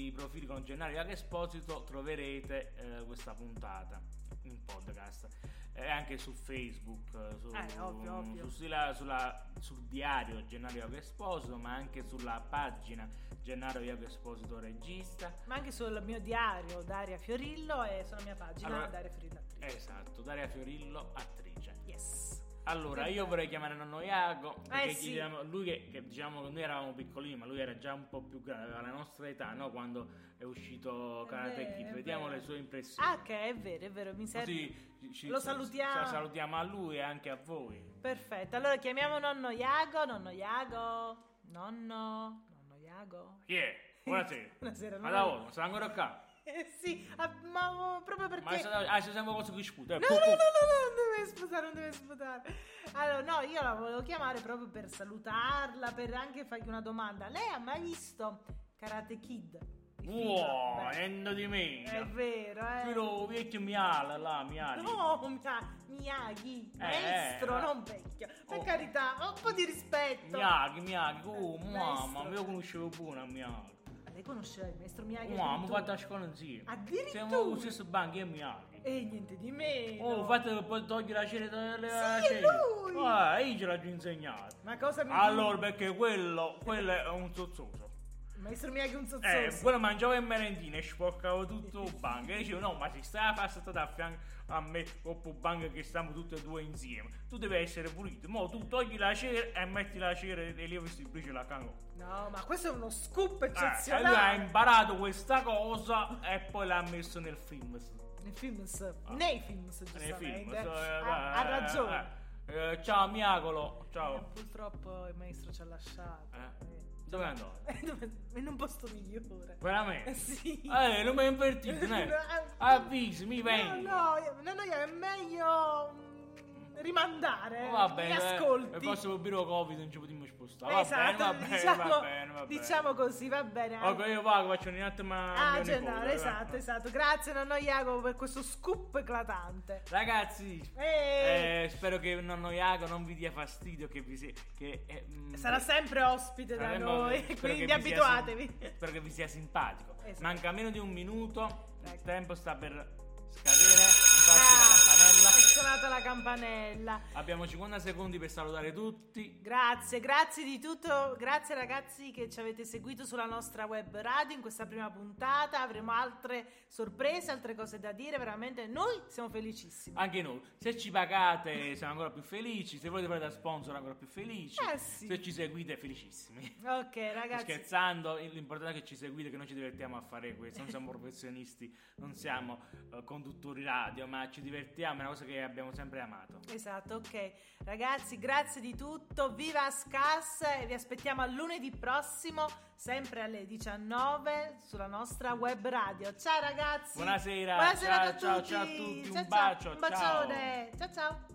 A: i profili con Gennaro Iago Esposito troverete eh, questa puntata in podcast. E anche su Facebook, eh, su,
B: Eh, ovvio, ovvio.
A: su- sulla- sulla- sul diario Gennaro Iago Esposito, ma anche sulla pagina Gennaro Iago Esposito Regista.
B: ma anche sul mio diario Daria Fiorillo e sulla mia pagina
A: Allora-
B: Daria Fiorillo attrice.
A: Esatto, Daria Fiorillo, attrice.
B: Yes.
A: Allora, io vorrei chiamare nonno Iago, perché
B: Eh, sì.
A: diciamo- lui che, che, diciamo noi eravamo piccolini, ma lui era già un po' più grande, aveva la nostra età, no? Quando è uscito
B: È
A: Karate
B: vero,
A: Kid.
B: è
A: Vediamo
B: vero.
A: le sue impressioni.
B: Ah, ok, è vero, è vero, mi serve.
A: Così ci- ci-
B: Ah, eh, Lo salutiamo.
A: sa- salutiamo a lui e anche a voi.
B: Perfetto. Allora chiamiamo nonno Iago, nonno Iago. Nonno, nonno Iago.
A: Chi è? Buonasera.
B: Buonasera,
A: Ma
B: nonno.
A: da ora, sono ancora qua.
B: Eh, sì, ah, ma proprio perché...
A: Ma se- ah, se sembra cosa che sputa. eh,
B: No,
A: pu-
B: no, no, no,
A: pu-
B: no, non deve sputare, non deve sputare. Allora, no, io la volevo chiamare proprio per salutarla, per anche fargli una domanda. Lei ha mai visto Karate Kid? Il film?
A: Wow,
B: Beh,
A: endo di me.
B: è vero, eh.
A: Quello vecchio miale là, miale.
B: No, Mia- Miyagi, maestro,
A: eh.
B: non vecchio. Per
A: Oh.
B: carità, un po' di rispetto.
A: Miyagi, Miyagi, oh mamma,
B: maestro.
A: io conoscevo buono a Miyagi.
B: Ma lei conosceva il maestro Miyagi?
A: Oh, mi
B: addirittura?
A: fatto a scuola insieme.
B: Addirittura?
A: Siamo allo stesso banco, io e Miyagi.
B: E niente di meno.
A: Oh, fate per poi togliere la cera dalle
B: Sì, è lui!
A: Ah, io ce l'ho insegnato.
B: Ma cosa mi
A: Allora,
B: dici?
A: perché quello, quello è un zozzoso.
B: Il maestro Miyagi è un sozzoso.
A: Eh, quello mangiava in merendina e sporcava tutto il banco. E dicevo, no, ma si sta passata a fianco a me con il banco che stiamo tutti e due insieme. Tu devi essere pulito. Mo tu togli la cera e metti la cera e levi semplice la canotta.
B: No, ma questo è uno scoop
A: Eh, e lui ha
B: eccezionale.
A: imparato questa cosa e poi l'ha messo nel film. sì.
B: Nei films, nei films
A: Ah. Nei
B: giustamente.
A: film. so, eh,
B: ha, ha
A: eh,
B: ragione.
A: eh, eh, ciao, Miacolo.
B: Eh,
A: Ciao.
B: Purtroppo il maestro ci ha lasciato.
A: Eh,
B: Eh,
A: Dove è andato?
B: Eh, dove- In un posto migliore.
A: Veramente?
B: Eh, Sì.
A: Eh, non mi ha invertito,
B: No,
A: né?
B: eh,
A: Avvisi, mi
B: No,
A: vengo.
B: no, io- no, no, io è meglio mm, rimandare.
A: Va
B: Mi
A: bene,
B: ascolti.
A: il prossimo biro Covid non ci potremmo spostare.
B: Esatto,
A: va bene,
B: diciamo,
A: va bene, va bene.
B: diciamo così, va bene.
A: Ok, io vado, faccio un attimo
B: Ah,
A: eh.
B: Gennaro, esatto, esatto. Grazie nonno Iacopo per questo scoop eclatante.
A: Ragazzi,
B: Eh,
A: eh, spero che nonno Iago non vi dia fastidio che vi si- che, eh, mm,
B: sarà sempre ospite da
A: saremo-
B: noi,
A: spero che
B: quindi
A: vi sia sim-
B: abituatevi.
A: spero che vi sia simpatico.
B: Esatto.
A: Manca meno di un minuto, il
B: Ecco.
A: tempo sta per scadere, infatti la
B: Ah, è
A: campanella.
B: suonata la campanella.
A: Abbiamo 50 secondi per salutare tutti.
B: Grazie, grazie di tutto, grazie ragazzi che ci avete seguito sulla nostra web radio in questa prima puntata, avremo altre sorprese, altre cose da dire, veramente noi siamo felicissimi.
A: Anche noi, se ci pagate siamo ancora più felici, se volete fare da sponsor ancora più felici,
B: Eh sì.
A: se ci seguite scherzando
B: Ok ragazzi,
A: Scherzando, l'importante è che ci seguite, che noi ci divertiamo a fare questo, non siamo professionisti, non siamo eh, conduttori radio, ma ci divertiamo, è una cosa che abbiamo sempre amato.
B: esatto, ok ragazzi, grazie di tutto, viva Scas e vi aspettiamo a lunedì prossimo, sempre alle 19 sulla nostra web radio. Ciao ragazzi,
A: Buonasera,
B: buonasera
A: ciao,
B: a
A: ciao,
B: tutti,
A: ciao a tutti, un
B: Ciao, ciao,
A: bacio,
B: un bacione, ciao ciao.